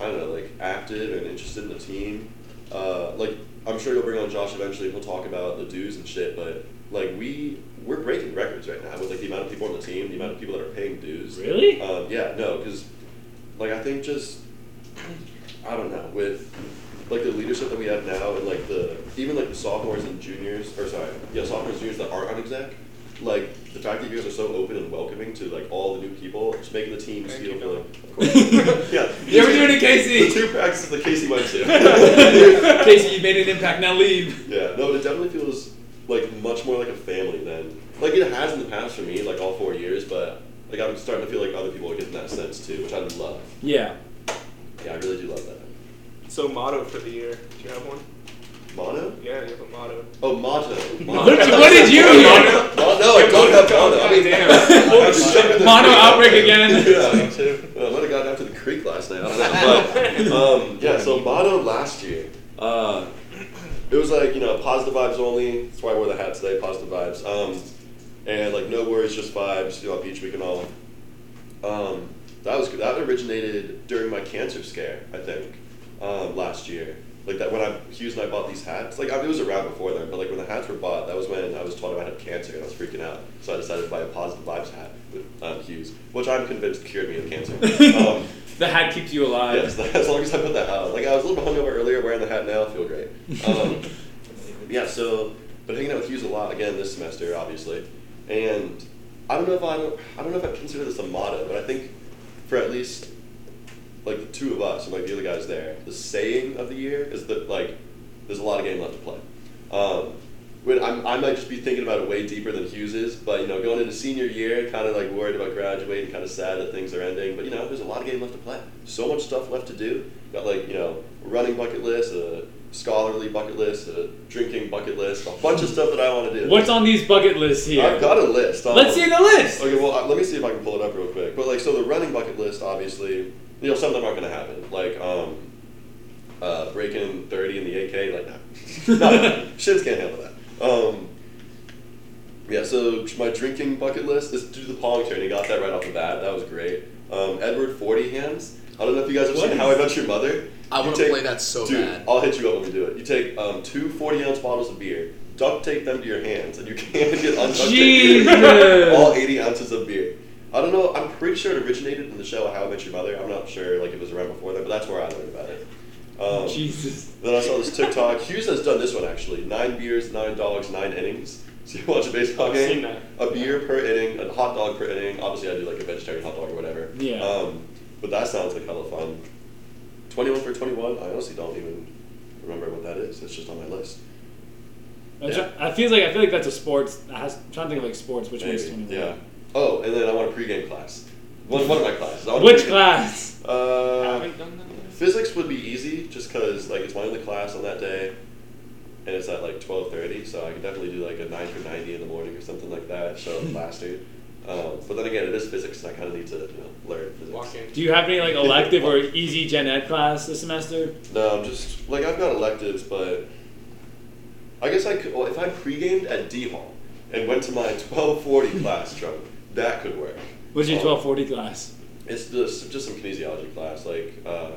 Speaker 4: I don't know, like active and interested in the team. Uh, like I'm sure you'll bring on Josh eventually. and He'll talk about the dues and shit, but like we we're breaking records right now with like the amount of people on the team, the amount of people that are paying dues.
Speaker 2: Really?
Speaker 4: Um, yeah, no, because like I think just I don't know with like the leadership that we have now and like the even like the sophomores and juniors or sorry yeah sophomores and juniors that aren't on exec like the fact that you guys are so open and welcoming to like all the new people just making the team
Speaker 3: Thank
Speaker 4: feel
Speaker 3: you,
Speaker 4: like of course yeah
Speaker 2: You ever doing it,
Speaker 4: the
Speaker 2: Casey?
Speaker 4: two practices that Casey went to
Speaker 2: Casey, you made an impact. Now leave.
Speaker 4: yeah no it definitely feels like much more like a family than like it has in the past for me like all four years but like I'm starting to feel like other people are getting that sense too which I love.
Speaker 2: Yeah.
Speaker 4: Yeah, I really do love that.
Speaker 3: So motto for the year. Do you have one?
Speaker 4: Mono?
Speaker 3: Yeah, you have a motto.
Speaker 4: Oh, motto. Mono.
Speaker 2: What, did- what did you? hear?
Speaker 4: Well, no, I don't have mono. I mean, I was just jumping the
Speaker 2: Mono
Speaker 4: creek
Speaker 2: outbreak
Speaker 4: out
Speaker 2: again.
Speaker 4: there. Yeah. Well, I might have gotten after the creek last night. I don't know. But, um, yeah, so mono last year. Uh, it was like, you know, positive vibes only. That's why I wore the hat today, positive vibes. Um, and like, no worries, just vibes throughout beach week and all. Um, that was that originated during my cancer scare, I think, um, last year. Like that when I Hughes and I bought these hats. Like I, it was around before then, but like when the hats were bought, that was when I was told I had cancer and I was freaking out. So I decided to buy a positive vibes hat with um, Hughes, which I'm convinced cured me of cancer. um,
Speaker 2: The hat keeps you alive.
Speaker 4: yes, as long as I put that hat on. Like I was a little bit hungover earlier, wearing the hat now, I feel great. Um, yeah, so but hanging out with Hughes a lot again this semester, obviously, and I don't know if I I don't know if I consider this a motto, but I think for at least like the two of us and like the other guys there, the saying of the year is that like there's a lot of game left to play. Um, when I'm, I might just be thinking about it way deeper than Hughes is, but you know, going into senior year, kind of like worried about graduating, kind of sad that things are ending. But you know, there's a lot of game left to play. So much stuff left to do. Got like you know, a running bucket list, a scholarly bucket list, a drinking bucket list, a bunch of stuff that I want to do.
Speaker 2: What's on these bucket lists here?
Speaker 4: I've got a list. um, I'll-
Speaker 2: Let's see the list.
Speaker 4: Okay, well, uh, let me see if I can pull it up real quick. But like, so the running bucket list, obviously, you know, some of them aren't going to happen. Like, um, uh, breaking thirty in the AK, like, no, no, no. shits can't handle that. Um, yeah, so my drinking bucket list is do the pong turn. He got that right off the bat. That was great. Um, Edward Forty Hands. I don't know if you guys have
Speaker 2: What
Speaker 4: seen
Speaker 2: is-
Speaker 4: How I Met Your Mother.
Speaker 6: I
Speaker 4: You
Speaker 6: wanna
Speaker 4: take-
Speaker 6: play that so
Speaker 4: dude,
Speaker 6: bad.
Speaker 4: I'll hit you up when we do it. You take um, two 40 ounce bottles of beer, duct tape them to your hands, and you can't get unduct taped
Speaker 2: Jesus.
Speaker 4: all 80 ounces of beer. I don't know. I'm pretty sure it originated in the show How I Met Your Mother. I'm not sure like it was around before that, but that's where I learned about it. Um,
Speaker 2: Jesus.
Speaker 4: then I saw this TikTok. Hughes has done this one actually. Nine beers, nine dogs, nine innings. So you watch a baseball
Speaker 3: I've
Speaker 4: game.
Speaker 3: seen that.
Speaker 4: A beer per inning, a hot dog per inning. Obviously, I do like a vegetarian hot dog or whatever.
Speaker 2: Yeah.
Speaker 4: Um, but that sounds like hella fun. Twenty-one for twenty-one. I honestly don't even remember what that is. It's just on my list.
Speaker 2: I
Speaker 4: Yeah.
Speaker 2: tr- I feel like I feel like that's a sports. I was trying to think of like sports, which makes
Speaker 4: Maybe.
Speaker 2: twenty
Speaker 4: Yeah.
Speaker 2: one.
Speaker 4: Oh, and then I want a pregame class. One, one of my classes. I want a
Speaker 2: Which
Speaker 4: pregame-
Speaker 2: class?
Speaker 3: I
Speaker 4: Uh,
Speaker 3: haven't done that. yet.
Speaker 4: Physics would be easy just because like it's my only class on that day, and it's at like twelve thirty, so I could definitely do like a nine for ninety in the morning or something like that. Show up plastered. Um, but then again, it is physics, and I kind of need to you know, learn physics.
Speaker 5: Walk in.
Speaker 2: Do you have any like elective or easy gen ed class this semester?
Speaker 4: No, I'm just like I've got electives, but I guess I could. Well, if I pre-gamed at D Hall and went to my twelve forty class drunk, that could work.
Speaker 2: What's your
Speaker 4: Um,
Speaker 2: twelve forty class?
Speaker 4: It's just just some kinesiology class. Like uh,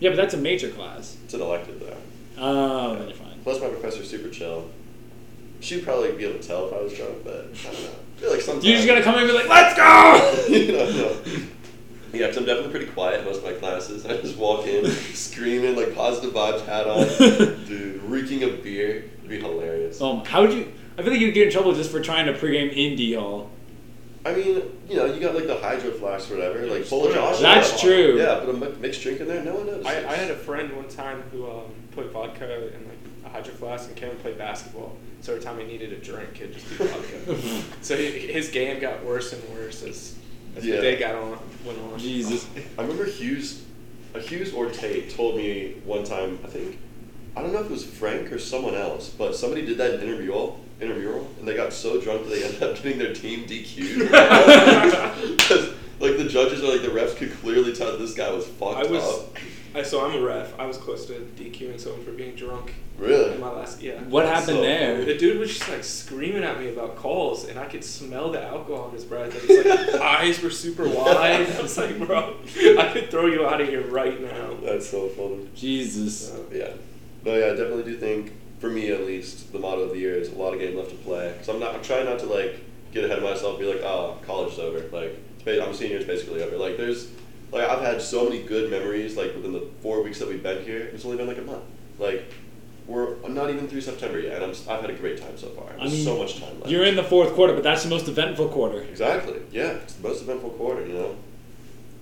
Speaker 2: Yeah, but that's a major class.
Speaker 4: it's an elective though.
Speaker 2: Oh, then you're fine.
Speaker 4: Plus, my professor's super chill. She'd probably be able to tell if I was drunk, but I don't know. I feel like sometimes.
Speaker 2: You just gotta come in and be like, let's go.
Speaker 4: you know, no. Yeah, 'cause I'm definitely pretty quiet most of my classes. I just walk in screaming, like positive vibes hat on, dude, reeking of beer. It'd be hilarious.
Speaker 2: Oh, my- how would you? I feel like you'd get in trouble just for trying to pregame in D hall.
Speaker 4: I mean, you know, you got like the hydro flask or whatever, like full of Josh.
Speaker 2: That's
Speaker 4: Yeah.
Speaker 2: true.
Speaker 4: Yeah, but a mi- mixed drink in there, no one knows.
Speaker 3: I, I had a friend one time who um, put vodka in like a hydro flask and came and played basketball. So every time he needed a drink, he'd just do vodka. so he, his game got worse and worse as, as
Speaker 4: Yeah.
Speaker 3: the day got on went on.
Speaker 2: Jesus.
Speaker 4: I remember Hughes, a Hughes or Tate told me one time. I think I don't know if it was Frank or someone else, but somebody did that in intramural, intramural, and they got so drunk that they ended up getting their team DQ'd. 'Cause, like the judges or like the refs could clearly tell this guy was fucked
Speaker 3: I was,
Speaker 4: up.
Speaker 3: I so I'm a ref. I was close to DQing someone for being drunk in
Speaker 4: Really?
Speaker 3: my last yeah.
Speaker 2: What happened
Speaker 4: So-
Speaker 2: there?
Speaker 3: The dude was just like screaming at me about calls, and I could smell the alcohol in his breath. And his like, eyes were super wide. I was like, bro, I could throw you out of here right now.
Speaker 4: That's so funny.
Speaker 2: Jesus.
Speaker 4: Yeah. No, yeah, I definitely do think, for me at least, the motto of the year is a lot of game left to play. Because I'm not, I'm trying not to like get ahead of myself, and be like, oh, college's over. Like, it's ba- I'm senior's basically over. Like, there's, like, I've had so many good memories. Like within the four weeks that we've been here, it's only been like a month. Like, we're I'm not even through September yet, and I'm, s- I've had a great time so far. There's
Speaker 2: mean,
Speaker 4: so much time left.
Speaker 2: You're in the fourth quarter, but that's the most eventful quarter.
Speaker 4: Exactly. Yeah, it's the most eventful quarter. You know,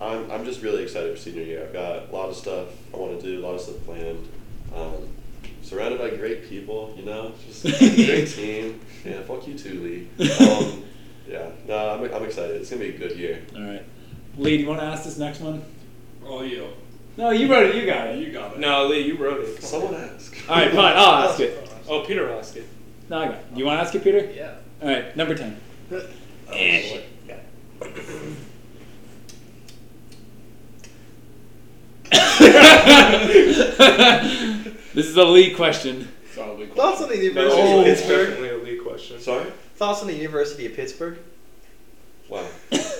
Speaker 4: I'm I'm just really excited for senior year. I've got a lot of stuff I want to do, a lot of stuff planned. Um, surrounded by great people, you know, just a great team. Yeah, fuck you too, Lee. Um, yeah, no, I'm I'm excited. It's gonna be a good year.
Speaker 2: All right, Lee, do you want to ask this next one?
Speaker 7: Oh, you.
Speaker 2: No, you wrote it. You got it.
Speaker 7: You got it.
Speaker 3: No, Lee, you wrote it. Come on.
Speaker 4: Someone ask.
Speaker 2: All right, fine. I'll ask it.
Speaker 3: Oh, Peter asked it.
Speaker 2: No, I got it. You want to ask it, Peter?
Speaker 5: Yeah.
Speaker 2: All right, number ten.
Speaker 1: Eh.
Speaker 5: Oh, boy.
Speaker 2: this is a Lee question.
Speaker 7: Solidly close.
Speaker 5: Thoughts on the University
Speaker 3: No,
Speaker 4: Oh.
Speaker 5: of
Speaker 3: it's
Speaker 5: Pittsburgh?
Speaker 3: definitely a Lee question.
Speaker 4: Sorry.
Speaker 5: Thoughts on the University of Pittsburgh?
Speaker 4: Wow. wow.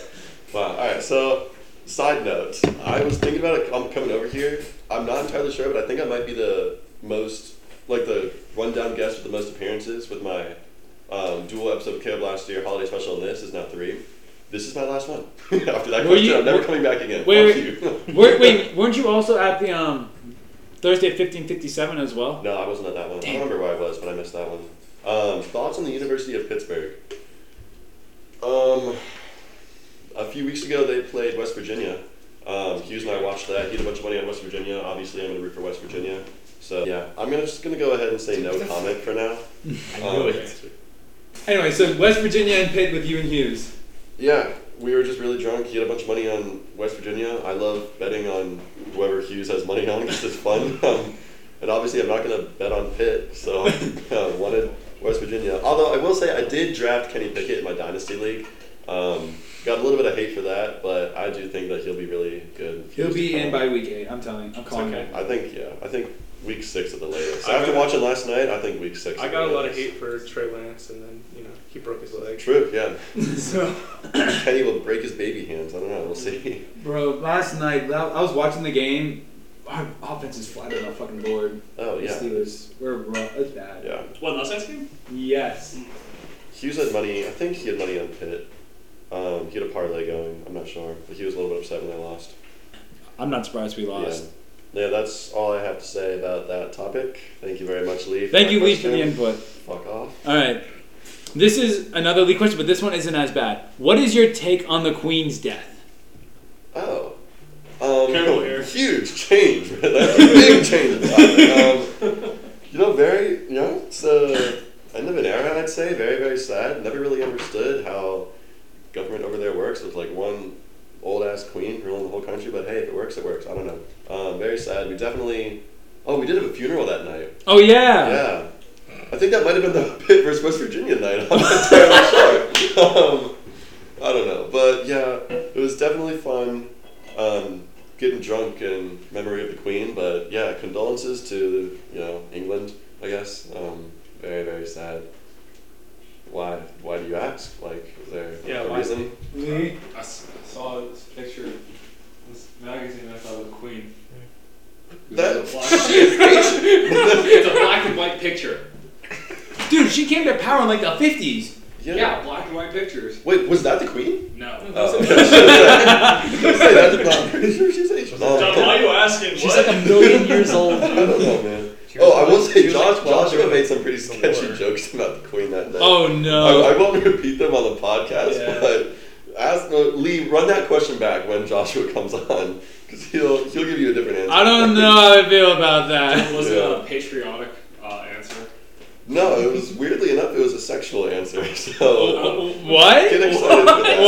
Speaker 4: All right. So, side note, I was thinking about it. I'm coming over here. I'm not entirely sure, but I think I might be the most, like the rundown guest with the most appearances with my um, dual episode of Caleb last year, holiday special, and this is now three. This is my last one. After that
Speaker 2: Were
Speaker 4: question,
Speaker 2: you-
Speaker 4: I'm never
Speaker 2: were-
Speaker 4: coming back again.
Speaker 2: wait,
Speaker 4: Fuck you.
Speaker 2: Were, wait, weren't you also at the um, Thursday at fifteen fifty seven as well?
Speaker 4: no, I wasn't at that one. I don't remember where I was, but I missed that one. Um, thoughts on the University of Pittsburgh? Um, a few weeks ago, they played West Virginia. Um, Hughes and I watched that. He had a bunch of money on West Virginia. Obviously, I'm going to root for West Virginia. So yeah, I'm gonna, just going to go ahead and say no comment for now.
Speaker 5: I
Speaker 4: Um,
Speaker 5: knew it.
Speaker 2: Anyway, so West Virginia and Pitt with you and Hughes.
Speaker 4: Yeah, we were just really drunk. He had a bunch of money on West Virginia. I love betting on whoever Hughes has money on because it's fun. Um, and obviously, I'm not going to bet on Pitt, so uh, wanted West Virginia. Although I will say I did draft Kenny Pickett in my dynasty league. Um, got a little bit of hate for that, but I do think that he'll be really good.
Speaker 2: He'll be in by week eight. I'm telling you. I'm calling
Speaker 3: okay.
Speaker 2: it.
Speaker 4: I think yeah. I think week six at the latest.
Speaker 3: I
Speaker 4: After
Speaker 3: got-
Speaker 4: watching last night, I think week six.
Speaker 3: I
Speaker 4: at
Speaker 3: got a
Speaker 4: the
Speaker 3: lot of
Speaker 4: latest.
Speaker 3: hate for Trey Lance, and then you know he broke his leg.
Speaker 4: True. Yeah.
Speaker 2: So,
Speaker 4: Kenny will break his baby hands. I don't know. We'll see.
Speaker 2: bro, last night that- I was watching the game. Our offense is flat on our fucking board.
Speaker 4: Oh
Speaker 2: The
Speaker 4: yeah.
Speaker 2: Steelers. We're rough. It's bad.
Speaker 4: Yeah.
Speaker 6: What last night's game?
Speaker 2: Yes.
Speaker 4: Hughes had money. I think he had money on Pitt. Um, he had a parlay going. I'm not sure, but he was a little bit upset when they lost.
Speaker 2: I'm not surprised we lost.
Speaker 4: Yeah. yeah, that's all I have to say about that topic. Thank you very much, Lee. for
Speaker 2: Thank
Speaker 4: that
Speaker 2: you, Lee, for the
Speaker 4: question.
Speaker 2: input.
Speaker 4: Fuck off.
Speaker 2: All right. This is another Lee question, but this one isn't as bad. What is your take on the Queen's death?
Speaker 4: Oh. Um,
Speaker 6: Careful here.
Speaker 4: Huge change. That's a big change. in topic. Um, you know, very, you know, it's the end of an era, I'd say. Very, very sad. Never really understood how government over there works with like one old ass queen ruling the whole country, but hey, if it works, it works. I don't know. Um, very sad. We definitely. Oh, we did have a funeral that night.
Speaker 2: Oh yeah.
Speaker 4: Yeah. I think that might have been the Pitt versus West Virginia night. I'm not entirely sure. Um, I don't know. But yeah, it was definitely fun um, getting drunk in memory of the Queen. But yeah, condolences to, you know, England, I guess. Um, very, very sad. Why, why do you ask? Like, is there
Speaker 3: Yeah,
Speaker 4: a
Speaker 3: why-
Speaker 4: reason?
Speaker 6: Me? I s- I saw this picture, in this magazine. I thought it was a queen.
Speaker 4: That-
Speaker 6: It's a black- it's a black and white picture.
Speaker 2: Dude, she came to power in like the 50s.
Speaker 6: Yeah, black and white pictures.
Speaker 4: Wait, was that the Queen?
Speaker 6: No.
Speaker 4: Oh. Say that to Bob. Pretty sure she's Asian.
Speaker 6: John, why are you asking?
Speaker 5: She's
Speaker 6: what?
Speaker 5: like a million years old.
Speaker 4: I don't know, man.
Speaker 5: She was
Speaker 4: Oh, I will
Speaker 5: like-
Speaker 4: say
Speaker 5: she was like
Speaker 4: Josh,
Speaker 5: 12
Speaker 4: Joshua
Speaker 5: or-
Speaker 4: made some pretty
Speaker 5: Some
Speaker 4: sketchy
Speaker 5: more.
Speaker 4: jokes about the Queen that night.
Speaker 2: Oh no.
Speaker 4: I, I won't repeat them on the podcast,
Speaker 6: Yeah.
Speaker 4: but ask uh, Lee, run that question back when Joshua comes on, because he'll he'll give you a different answer.
Speaker 2: I don't know how I feel about that.
Speaker 6: was it
Speaker 4: Yeah.
Speaker 6: a patriotic uh, answer?
Speaker 4: No, it was weirdly enough, it was a sexual answer. So get
Speaker 2: Oh, What?
Speaker 4: excited for that.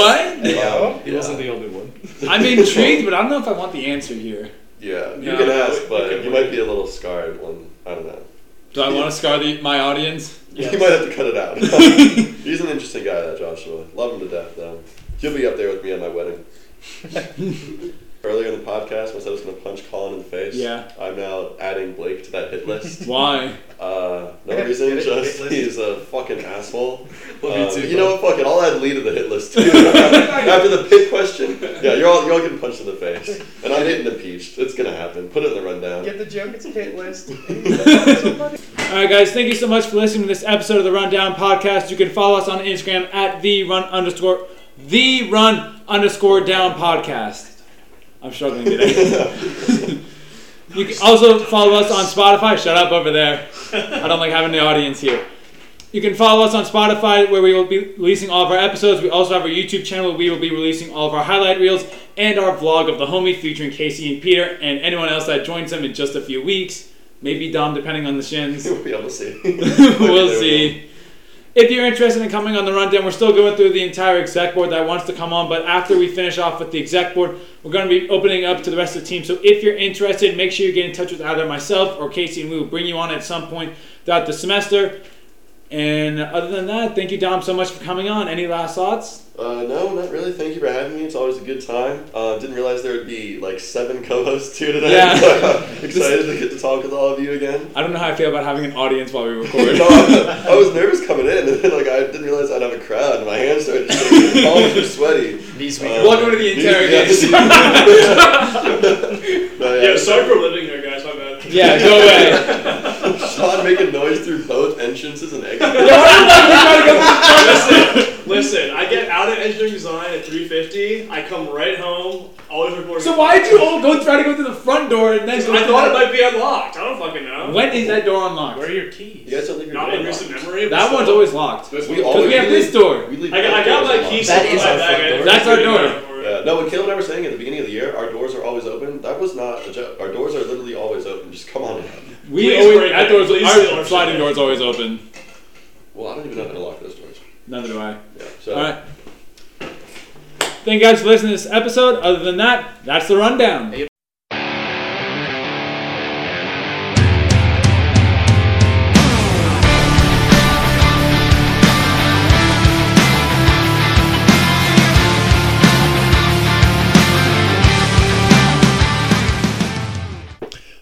Speaker 2: What?
Speaker 4: Um,
Speaker 5: He wasn't the only one.
Speaker 2: I'm intrigued, but I don't know if I want the answer here.
Speaker 4: yeah, you
Speaker 6: No,
Speaker 4: can
Speaker 6: no,
Speaker 4: ask,
Speaker 6: we- we
Speaker 4: but
Speaker 6: can
Speaker 4: you might be a little scarred when I don't know.
Speaker 2: Do I want to scar the, my audience?
Speaker 4: You might have to cut it out. He's an interesting guy, that Joshua. Love him to death, though. He'll be up there with me at my wedding. Earlier in the podcast, I said I was going to punch Colin in the face.
Speaker 2: Yeah.
Speaker 4: I'm now adding Blake to that hit list.
Speaker 2: Why?
Speaker 4: Uh, no
Speaker 5: Okay,
Speaker 4: reason,
Speaker 5: hit it,
Speaker 4: just
Speaker 5: hit list.
Speaker 4: he's a fucking asshole.
Speaker 5: Love
Speaker 4: Um,
Speaker 5: you too,
Speaker 4: know what? Fuck it. I'll add Lee to the hit list too. After the pit question, yeah, you're all you're all getting punched in the face, and I'm getting impeached. It's gonna happen. Put it in the rundown.
Speaker 5: Get the joke, it's a hit list.
Speaker 2: All right, guys, thank you so much for listening to this episode of the Rundown Podcast. You can follow us on Instagram at the run underscore the run underscore down podcast. I'm struggling today. you can also follow us on Spotify. Shut up over there. I don't like having the audience here. You can follow us on Spotify where we will be releasing all of our episodes. We also have our YouTube channel where we will be releasing all of our highlight reels and our vlog of the homie featuring Casey and Peter and anyone else that joins them in just a few weeks. Maybe Dom, depending on the shins
Speaker 4: We'll be able to see.
Speaker 2: we'll see. If you're interested in coming on the rundown, we're still going through the entire exec board that wants to come on. But after we finish off with the exec board, we're going to be opening up to the rest of the team. So if you're interested, make sure you get in touch with either myself or Casey, and we will bring you on at some point throughout the semester. And other than that, thank you, Dom, so much for coming on. Any last thoughts?
Speaker 4: Uh, no, not really. Thank you for having me. It's always a good time. Uh, didn't realize there would be like seven co-hosts here today.
Speaker 2: Yeah.
Speaker 4: Excited to get to talk with all of you again.
Speaker 2: I don't know how I feel about having an audience while we record.
Speaker 4: No, I, I was nervous coming in, and then like I didn't realize I'd have a crowd. And my hands started shaking. All were sweaty.
Speaker 5: These
Speaker 4: Uh,
Speaker 2: Welcome to the interrogation.
Speaker 4: No, yeah.
Speaker 6: Yeah, sorry for living here, guys. My bad.
Speaker 2: yeah, go away.
Speaker 4: Sean making noise through both entrances and exits.
Speaker 6: listen, listen. I get out of engineering design at 3:50. I come right home. Always recording.
Speaker 2: So why'd you all go try to go through the front door and then
Speaker 6: I thought it might be unlocked. I don't fucking know.
Speaker 2: When is that door unlocked?
Speaker 6: Where are your keys?
Speaker 4: You guys don't leave your
Speaker 6: Not
Speaker 4: door
Speaker 6: in recent
Speaker 4: unlocked.
Speaker 6: memory.
Speaker 2: That
Speaker 6: but
Speaker 2: one's
Speaker 6: still.
Speaker 2: always locked.
Speaker 6: This
Speaker 4: We
Speaker 6: one-
Speaker 4: always
Speaker 2: we have
Speaker 4: leave-
Speaker 2: this door.
Speaker 4: We leave
Speaker 6: I got, I
Speaker 4: both
Speaker 6: got
Speaker 4: doors
Speaker 6: my
Speaker 4: unlocked.
Speaker 6: keys.
Speaker 5: That
Speaker 6: in
Speaker 5: is
Speaker 6: my
Speaker 5: our
Speaker 6: bag.
Speaker 5: front
Speaker 6: I
Speaker 5: door.
Speaker 6: didn't
Speaker 2: That's our
Speaker 6: bring
Speaker 2: door.
Speaker 6: mine for it.
Speaker 4: Yeah. No, when Caleb and I were saying at the beginning of the year, our doors are always open. That was not a joke. Our doors are literally always open. Just come on in.
Speaker 2: We
Speaker 6: Please
Speaker 2: always
Speaker 6: break
Speaker 2: that
Speaker 6: it.
Speaker 2: door's
Speaker 6: Please
Speaker 2: our
Speaker 6: steal our shit.
Speaker 2: sliding door's always open.
Speaker 4: Well, I don't even know how to lock those doors.
Speaker 2: Neither do I.
Speaker 4: Yeah. So.
Speaker 2: All right. Thank you guys for listening to this episode. Other than that, that's the rundown.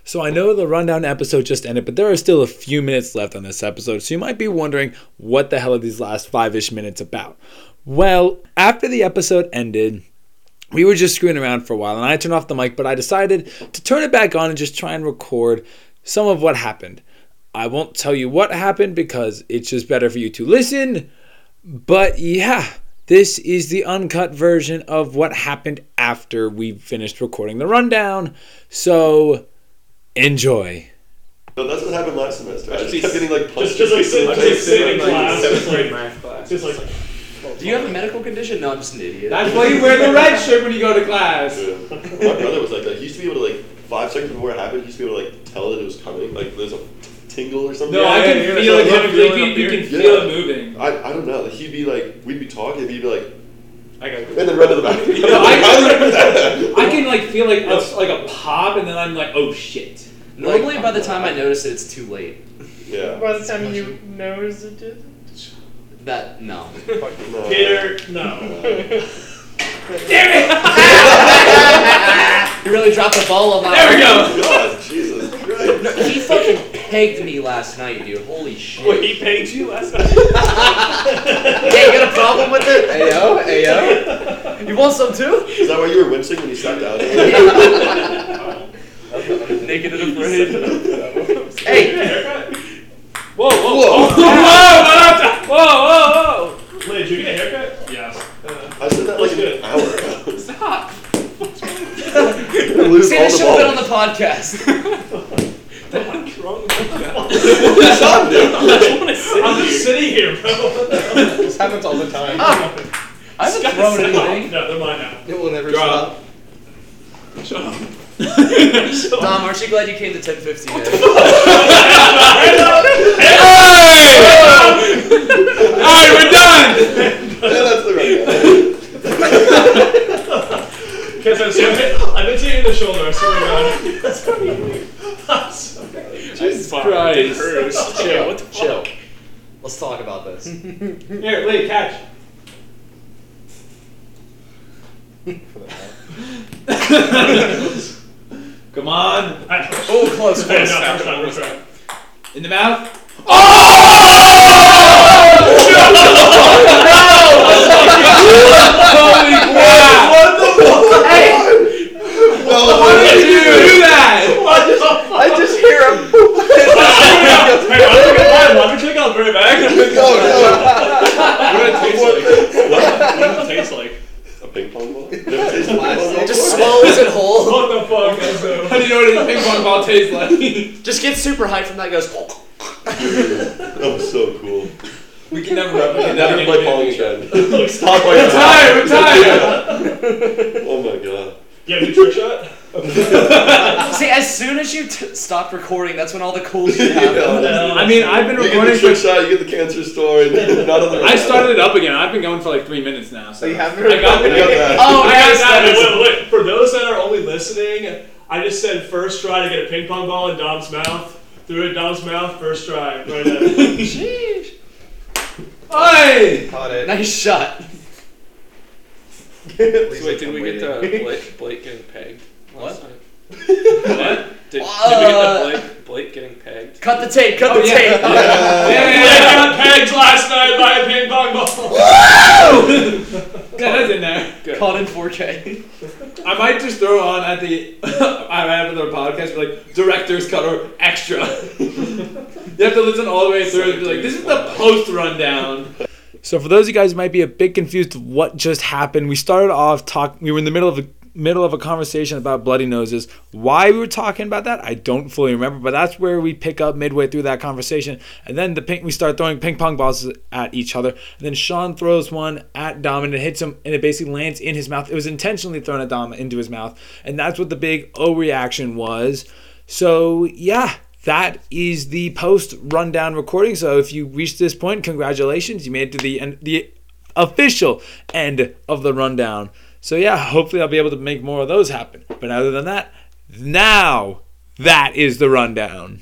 Speaker 2: So I know the rundown episode just ended, but there are still a few minutes left on this episode, so you might be wondering what the hell are these last five ish minutes about? Well, after the episode ended, we were just screwing around for a while, and I turned off the mic, but I decided to turn it back on and just try and record some of what happened. I won't tell you what happened because it's just better for you to listen, but yeah, this is the uncut version of what happened after we finished recording the rundown. So enjoy.
Speaker 4: No, that's what happened last semester. I just
Speaker 6: Just-
Speaker 4: kept getting like punched.
Speaker 6: Just, just like sit,
Speaker 4: I
Speaker 6: just
Speaker 4: kept
Speaker 6: like sit in
Speaker 4: getting, like,
Speaker 6: class,
Speaker 4: seven-
Speaker 6: just like,
Speaker 3: math class.
Speaker 6: just like,
Speaker 1: Do you have a medical condition? No, I'm just an idiot.
Speaker 2: That's why you wear the red shirt when you go to class.
Speaker 4: Yeah. My brother was like that. He used to be able to like five seconds before it happened, he used to be able to like tell that it was coming. Like there's a tingle or something.
Speaker 2: No, I can
Speaker 6: yeah, yeah,
Speaker 2: feel
Speaker 6: that's
Speaker 2: it
Speaker 6: what I'm
Speaker 2: coming. Like,
Speaker 6: feeling
Speaker 2: you,
Speaker 6: up
Speaker 2: you
Speaker 6: here.
Speaker 2: can feel
Speaker 4: Yeah.
Speaker 2: it moving.
Speaker 4: I, I don't know. Like, he'd be like, we'd be talking, and he'd be like,
Speaker 3: I gotta go.
Speaker 4: and then run to the back.
Speaker 2: No, I-
Speaker 4: How did I do that?
Speaker 2: I can like feel like a, like a pop, and then I'm like, oh shit.
Speaker 1: Normally, by the time
Speaker 2: uh,
Speaker 1: I notice it, it's too late.
Speaker 4: Yeah.
Speaker 5: By the time you knows it did.
Speaker 1: That no.
Speaker 4: No.
Speaker 6: Peter, no.
Speaker 1: You really dropped the ball on my.
Speaker 2: There we go.
Speaker 4: God, Jesus Christ.
Speaker 1: He fucking pegged me last night, dude. Holy shit.
Speaker 6: Wait, he paid you last night?
Speaker 1: Hey, you got a problem with it? Ayo, ayo. You want some too?
Speaker 4: Is that why you were wincing when you sat down?
Speaker 1: Naked and afraid. hey,
Speaker 2: Whoa, whoa, whoa, whoa, whoa, whoa, whoa.
Speaker 6: Wait, did you get a haircut? Yes.
Speaker 4: I said that like an hour ago.
Speaker 1: stop.
Speaker 4: Lose
Speaker 1: Say
Speaker 4: all
Speaker 1: this
Speaker 4: the
Speaker 1: should have been on the
Speaker 4: balls.
Speaker 1: podcast.
Speaker 6: What's wrong with you?
Speaker 4: Stop, dude.
Speaker 6: I wanna sit I'm just sitting here, bro.
Speaker 5: This happens all the time.
Speaker 1: I haven't thrown anything.
Speaker 6: No, they're mine now.
Speaker 5: It will never
Speaker 2: Drop.
Speaker 6: Shut up.
Speaker 1: Dom, aren't you glad you came to 1050 today?
Speaker 2: Hey! All right, we're done.
Speaker 4: Yeah, that's the right guy.
Speaker 6: Because I'm so I've been taking the shoulder, I swear to God. That's
Speaker 2: Jesus
Speaker 3: Christ.
Speaker 1: Chill, what the chill. Let's talk about this.
Speaker 2: Here, wait, catch. Come on.
Speaker 1: Oh, close,
Speaker 6: Hey, no,
Speaker 1: close.
Speaker 6: first time, first time.
Speaker 2: In the mouth.
Speaker 4: No, what
Speaker 2: Did you do that?
Speaker 5: I just hear him.
Speaker 6: Hey, why don't we get mine? Why don't we take out the very back?
Speaker 4: No, no.
Speaker 6: What did it taste like? What did it taste like?
Speaker 4: A ping pong ball? Never tasted a ping pong ball
Speaker 1: It just
Speaker 4: before?
Speaker 1: swallows it whole.
Speaker 6: What the fuck? That's so-
Speaker 2: How do you know what a ping pong ball tastes like?
Speaker 1: Just gets super hyped from that. Goes.
Speaker 4: That was so cool.
Speaker 2: We can never replicate that.
Speaker 4: Never play Pong again. Stop
Speaker 2: We're tired. We're tired.
Speaker 4: Oh my god.
Speaker 6: Yeah, do trick shot?
Speaker 1: See, as soon as you t- stopped recording, that's when all the cool shit happened.
Speaker 2: I mean, I've been
Speaker 4: You get the
Speaker 2: recording
Speaker 4: trick
Speaker 2: for.
Speaker 4: shot, you get the cancer story, none of the
Speaker 2: I started it up again. I've been going for like three minutes now. So
Speaker 5: So you haven't
Speaker 2: I got
Speaker 4: You got
Speaker 5: recorded?
Speaker 4: that.
Speaker 1: Oh,
Speaker 2: I
Speaker 1: I
Speaker 2: got
Speaker 1: got
Speaker 2: that.
Speaker 6: Wait, wait, wait. For those that are only listening, I just said first try to get a ping pong ball in Dom's mouth. Threw it in Dom's mouth, first try. Right now.
Speaker 1: Sheesh.
Speaker 2: Oi!
Speaker 5: Caught it.
Speaker 1: Nice shot.
Speaker 3: So wait, did we get the Blake, Blake getting pegged last night? what? Did, did
Speaker 1: Uh,
Speaker 3: we get the Blake, Blake getting pegged?
Speaker 1: Cut the tape. Cut the
Speaker 2: yeah.
Speaker 1: tape.
Speaker 2: Yeah,
Speaker 6: Yeah, I got pegged last night by a ping pong ball.
Speaker 2: that's in there.
Speaker 3: Good.
Speaker 1: Caught in 4K.
Speaker 2: I might just throw on at the I have another podcast be like director's cut or extra. you have to listen all the way through and be like, this is the post rundown. So for those of you guys who might be a bit confused of what just happened, we started off talk we were in the middle of a
Speaker 8: middle of a conversation about bloody noses. Why we were talking about that, I don't fully remember, but that's where we pick up midway through that conversation. And then the pink, we start throwing ping pong balls at each other. And then Sean throws one at Dom and it hits him and it basically lands in his mouth. It was intentionally thrown at Dom into his mouth. And that's what the big O reaction was. So, yeah, that is the post rundown recording. So, if you reached this point, congratulations. You made it to the end, the official end of the rundown. So, yeah, hopefully I'll be able to make more of those happen. But other than that, now that is the rundown.